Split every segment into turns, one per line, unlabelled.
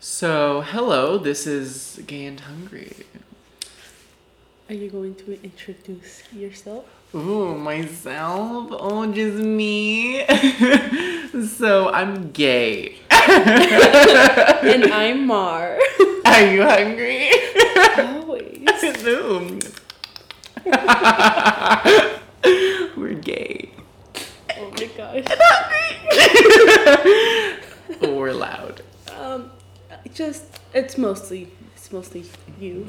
So, hello, this is Gay and Hungry.
Are you going to introduce yourself?
Ooh, myself? Oh, just me? so, I'm gay.
and I'm Mar.
Are you hungry?
Always.
Ooh. We're gay.
Oh my gosh.
We're loud.
Um, just it's mostly it's mostly you.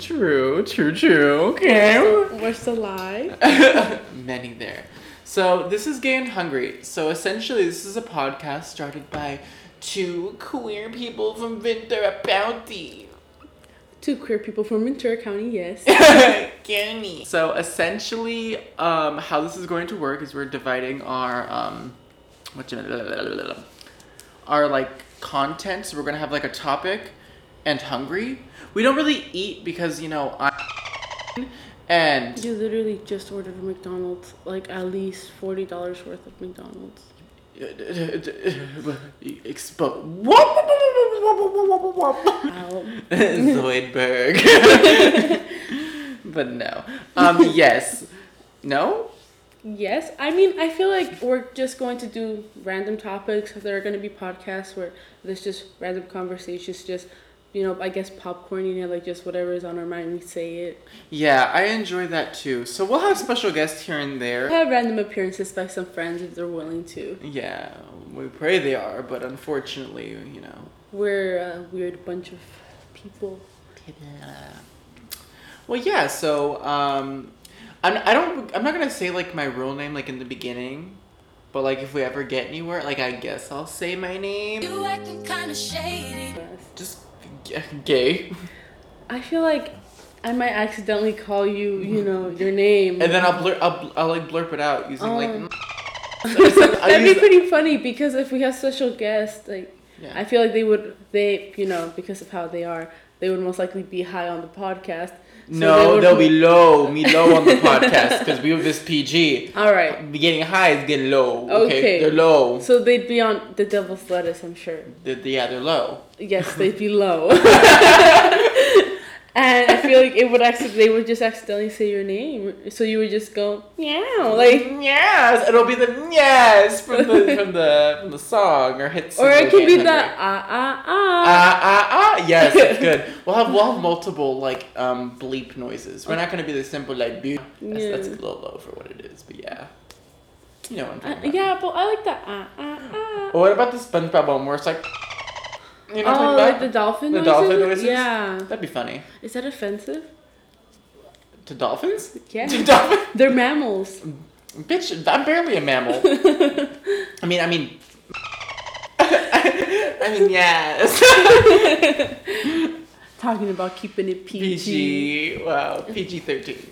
true, true, true. Okay.
What's the lie?
many there. So this is Gay and Hungry. So essentially, this is a podcast started by two queer people from Ventura County.
Two queer people from Ventura County. Yes.
County. So essentially, um, how this is going to work is we're dividing our um, what our like content. So we're gonna have like a topic and hungry. We don't really eat because you know I'm and
You literally just ordered a McDonald's, like at least forty dollars worth of McDonald's.
Expo. Whoop!
Wow.
Zoidberg. but no. Um, yes. No?
Yes, I mean, I feel like we're just going to do random topics. There are going to be podcasts where there's just random conversations, just, you know, I guess popcorning it, like just whatever is on our mind, we say it.
Yeah, I enjoy that too. So we'll have special guests here and
I
there.
have random appearances by some friends if they're willing to.
Yeah, we pray they are, but unfortunately, you know.
We're a weird bunch of people.
Well, yeah, so um, I'm, I don't, I'm not gonna say like my real name like in the beginning, but like if we ever get anywhere, like I guess I'll say my name.
You acting kinda shady.
just g- gay
I feel like I might accidentally call you, you know, your name.
and then i'll blur i'll, bl- I'll like blurp it out using like
Um.
I
That'd
use-
be pretty funny because if we have special guests, like
Yeah.
I feel like they would, they you know, because of how they are, they would most likely be high on the podcast.
no
would
they'll be low me low on the podcast because we have this pg
All right,
getting high is getting low okay,
Okay.
they're low
so they'd be on the devil's lettuce, I'm sure.
They're- they're- yeah they're low
Yes, they'd be low. and I feel like it would accident, they would just accidentally say your name, so you would just go meow, like.
yes it'll be the yes from the from the from the song or hit
Or it
single
could be
Get
the
Hungry.
ah ah ah.
Ah ah ah! Yes, that's good. We'll have we'll have multiple like um bleep noises. We're not gonna be the simple like beep. That's,
Yeah.
that's a little low for what it is, but yeah, you know. What I'm
Uh,
talking about.
yeah, but I like the ah ah ah.
Well, Oh, what about the SpongeBob one where it's like, you know,
Oh,
like
like
that?
the dolphin
The
noises?
dolphin noises?
Yeah.
That'd be funny.
Is that offensive?
To dolphins? To
Yeah.
dolphins?
They're mammals.
Bitch, I'm barely a mammal. I mean, I mean. I mean, yes.
Talking about keeping it PG.
PG. Wow. PG 13.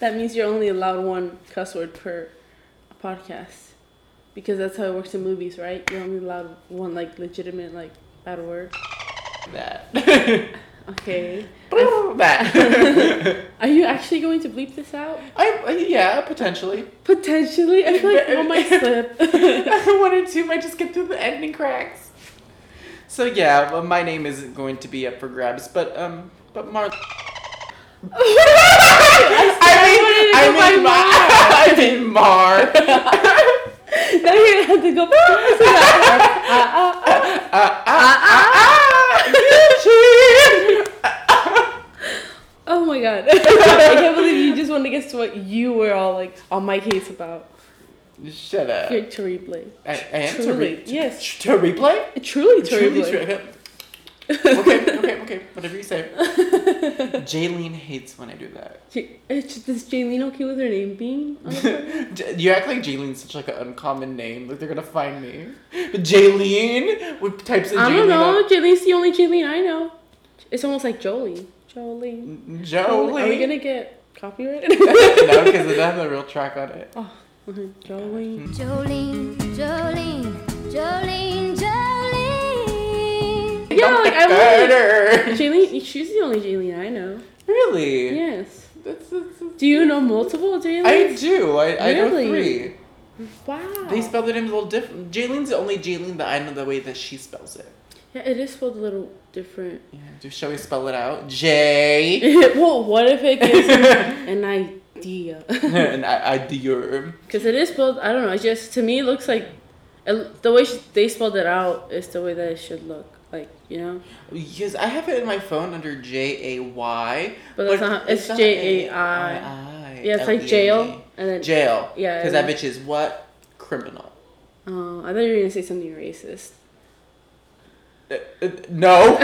That means you're only allowed one cuss word per podcast. Because that's how it works in movies, right? You're only allowed one like legitimate like bad word.
That.
Okay.
that.
Are you actually going to bleep this out?
I, I- yeah, potentially.
Potentially. I feel like one might slip.
One or two might just get through the ending cracks. So yeah, well, my name isn't going to be up for grabs, but um, but Mar. I mean,
wanted to go by
I mean, Mar. I mean, Mar.
now you have to go back.
Ah,
Uh-uh.
ah, ah,
Oh my god. I can't believe you just want to guess what you were all like on my case about.
Gucci. Shut up.
You're terribly.
I, I am to,
Truly,
re-
yes.
to replay.
Truly
Truly,
terribly.
truly. Okay, okay, okay. Whatever you say. Jaylene hates when I do that.
J- eh, it's just- Is Jaylene okay with her name being? on the front?
J- You act like Jaylene's such like an uncommon name. Like they're gonna find me. But Jaylene, what types of
I
Jaylene?
don't know. Jaylene's the only Jaylene I know. It's almost like Jolie. Jolie. Are we
Jolene.
gonna get copyrighted?
no, because it doesn't have a real track on it.
Oh,
Mm.
Jolie.
Jolene, Jolene, Jolene, Jolene.
Yeah, like I love
Murder.
Jaylene. She's the only Jaylene I know.
Really?
Yes.
That's, that's, that's-
Do you know multiple Jaylenes?
I do. I, I know
Really? Oh.
three.
Wow.
They spell their names a little different. Jaylene's the only Jaylene that I know the way that she spells it.
yeah, it is spelled a little different.
Yeah. Do, shall we spell it out? J.
well, what if it gives you an idea?
and I, I Dior.
Because it is spelled, I don't know. It just to me it looks like it, the way sh they spelled it out is the way that it should look. Like you know,
Yes, I have it in my phone under J A Y.
But that's not- it's
not
J.A.I..
A.I..
yeah, it's like
E
jail and then.
Jail.
Yeah,
Because
yeah.
that bitch is what? Criminal.
oh, I thought you were gonna say something racist.
Uh, uh, no.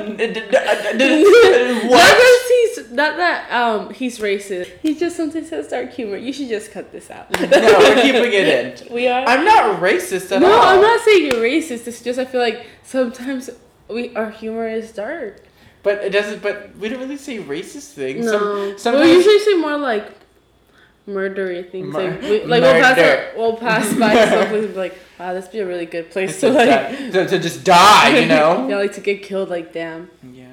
Not
what?
that he's not that um he's racist. He just sometimes has dark humor. You should just cut this out.
No, we're keeping it in.
we are.
I'm not racist at
no,
all.
I'm not saying you're racist. It's just I feel like sometimes we our humor is dark.
But it doesn't. But we don't really say racist things.
No,
Some,
we
sometimes
usually say more like murdery things.
Mur-
like we, like we'll pass
murder.
our, we'll pass by someplace and be like, wow, this would be a really good place
it's
to like.
like, to, to just die, Ah, you
yeah,
know.
like to get killed. Like damn.
yeah.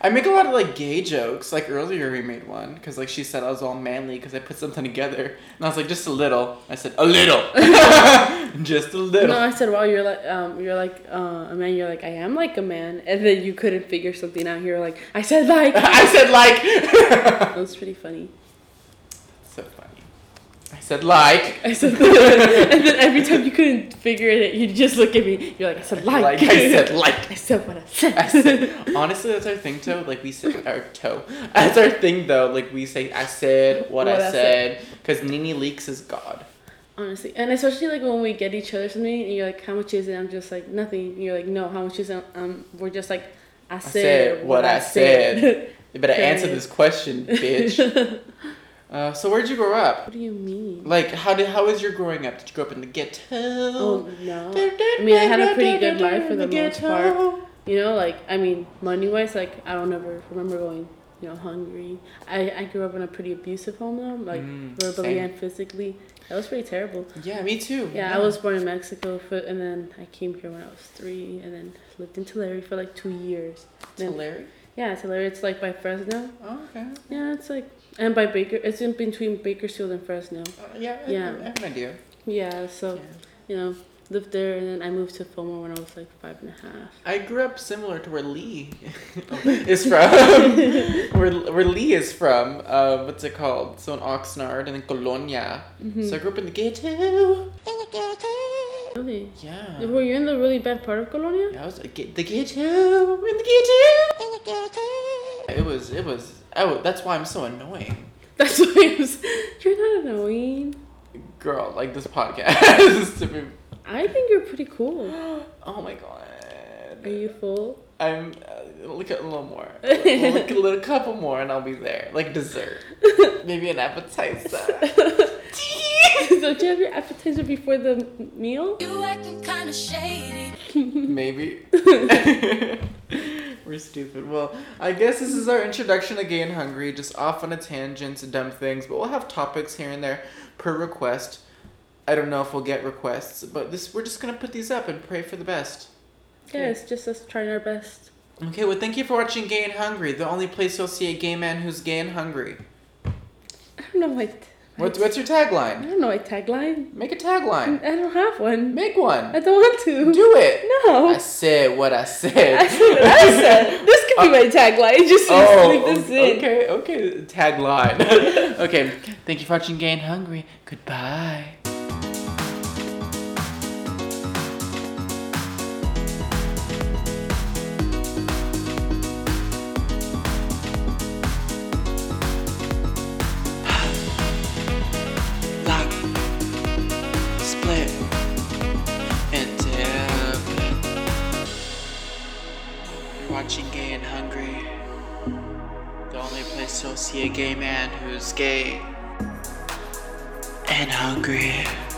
I make a lot of like gay jokes. Like earlier, we made one because like she said I was all manly because I put something together, and I was like just a little. I said a little, just a little.
No, I said, wow, you're like um, you're like uh, a man. You're like I am like a man, and then you couldn't figure something out. You're like I said like.
I said like.
That was pretty funny.
so funny. I said like.
I said, and then every time you couldn't figure it, out, you just look at me. You're like, I said like.
Like I said like.
I said what I said.
I said, honestly, that's our thing though. Like we said, our toe. That's our thing though. Like we say, I said what, I, said. Because Nini Leaks is God.
Honestly, and especially like when we get each other something, and you're like, "How much is it?" I'm just like, "Nothing." And you're like, "No, how much is it?" Um, we're just like, "I said,
said what I said. You better answer
Period.
this question, bitch. uh, so where'd you grow up?
what do you mean?
Like how did how was your growing up? Did you grow up in the ghetto?
Oh no! I mean, I had a pretty good life for the most part. You know, like I mean, money wise, like I don't ever remember going, you know, hungry. I I grew up in a pretty abusive home though, like
Mm,
verbally
same.
and physically. That was pretty terrible.
Yeah, me too.
Yeah, I was born in Mexico, for, and then I came here when I was three, and then lived in Tulare for like two years.
To
Then-
Larry.
Yeah, Tulare. It's like by Fresno.
Oh, okay.
Yeah, it's like and by Baker. It's in between Bakersfield and Fresno.
Uh, yeah. I-
Yeah. Oh.
I, have an idea.
Yeah, so
Yeah.
you know, lived there, and then I moved to Fillmore when I was like five and a half.
I grew up similar to where Lee is from. where, where Lee is from. Uh, what's it called? So in Oxnard and then Colonia.
Hmm.
So I grew up in the ghetto.
Really?
Yeah.
Were you in the really bad part of Colonia?
Yeah, I was a ge- the ghetto. We're in the ghetto. It was, it was, oh, that's why I'm so annoying.
That's why I was. You're not annoying.
Girl, like this podcast is to be,
I think you're pretty cool.
oh my god.
Are you full?
I'm, uh, look at a little more. Look at a little couple more and I'll be there. Like dessert. Maybe an appetizer.
Don't you have your appetizer before the m- meal?
You acting kinda shady.
Maybe. We're stupid. Well, I guess this is our introduction to Gay and Hungry, just off on a tangent to dumb things, but we'll have topics here and there per request. I don't know if we'll get requests, but this we're just gonna put these up and pray for the best.
Yeah, it's just us trying our best.
Okay, well thank you for watching Gay and Hungry, the only place you'll see a gay man who's gay and hungry.
I don't know my.
What's what's your
I
tagline?
don't know my tagline.
Make a
I
tagline.
don't have one.
Make
I
one.
don't want to.
Do it.
No.
I said what I said.
I said what I said. This could be my tagline. Just
Oh,
leave this in.
okay, okay. Tagline. okay. Thank you for watching Gay and Hungry. Goodbye.
lock, split, and dip. You're watching Gay and Hungry. The only place you'll see a gay man who's gay and hungry.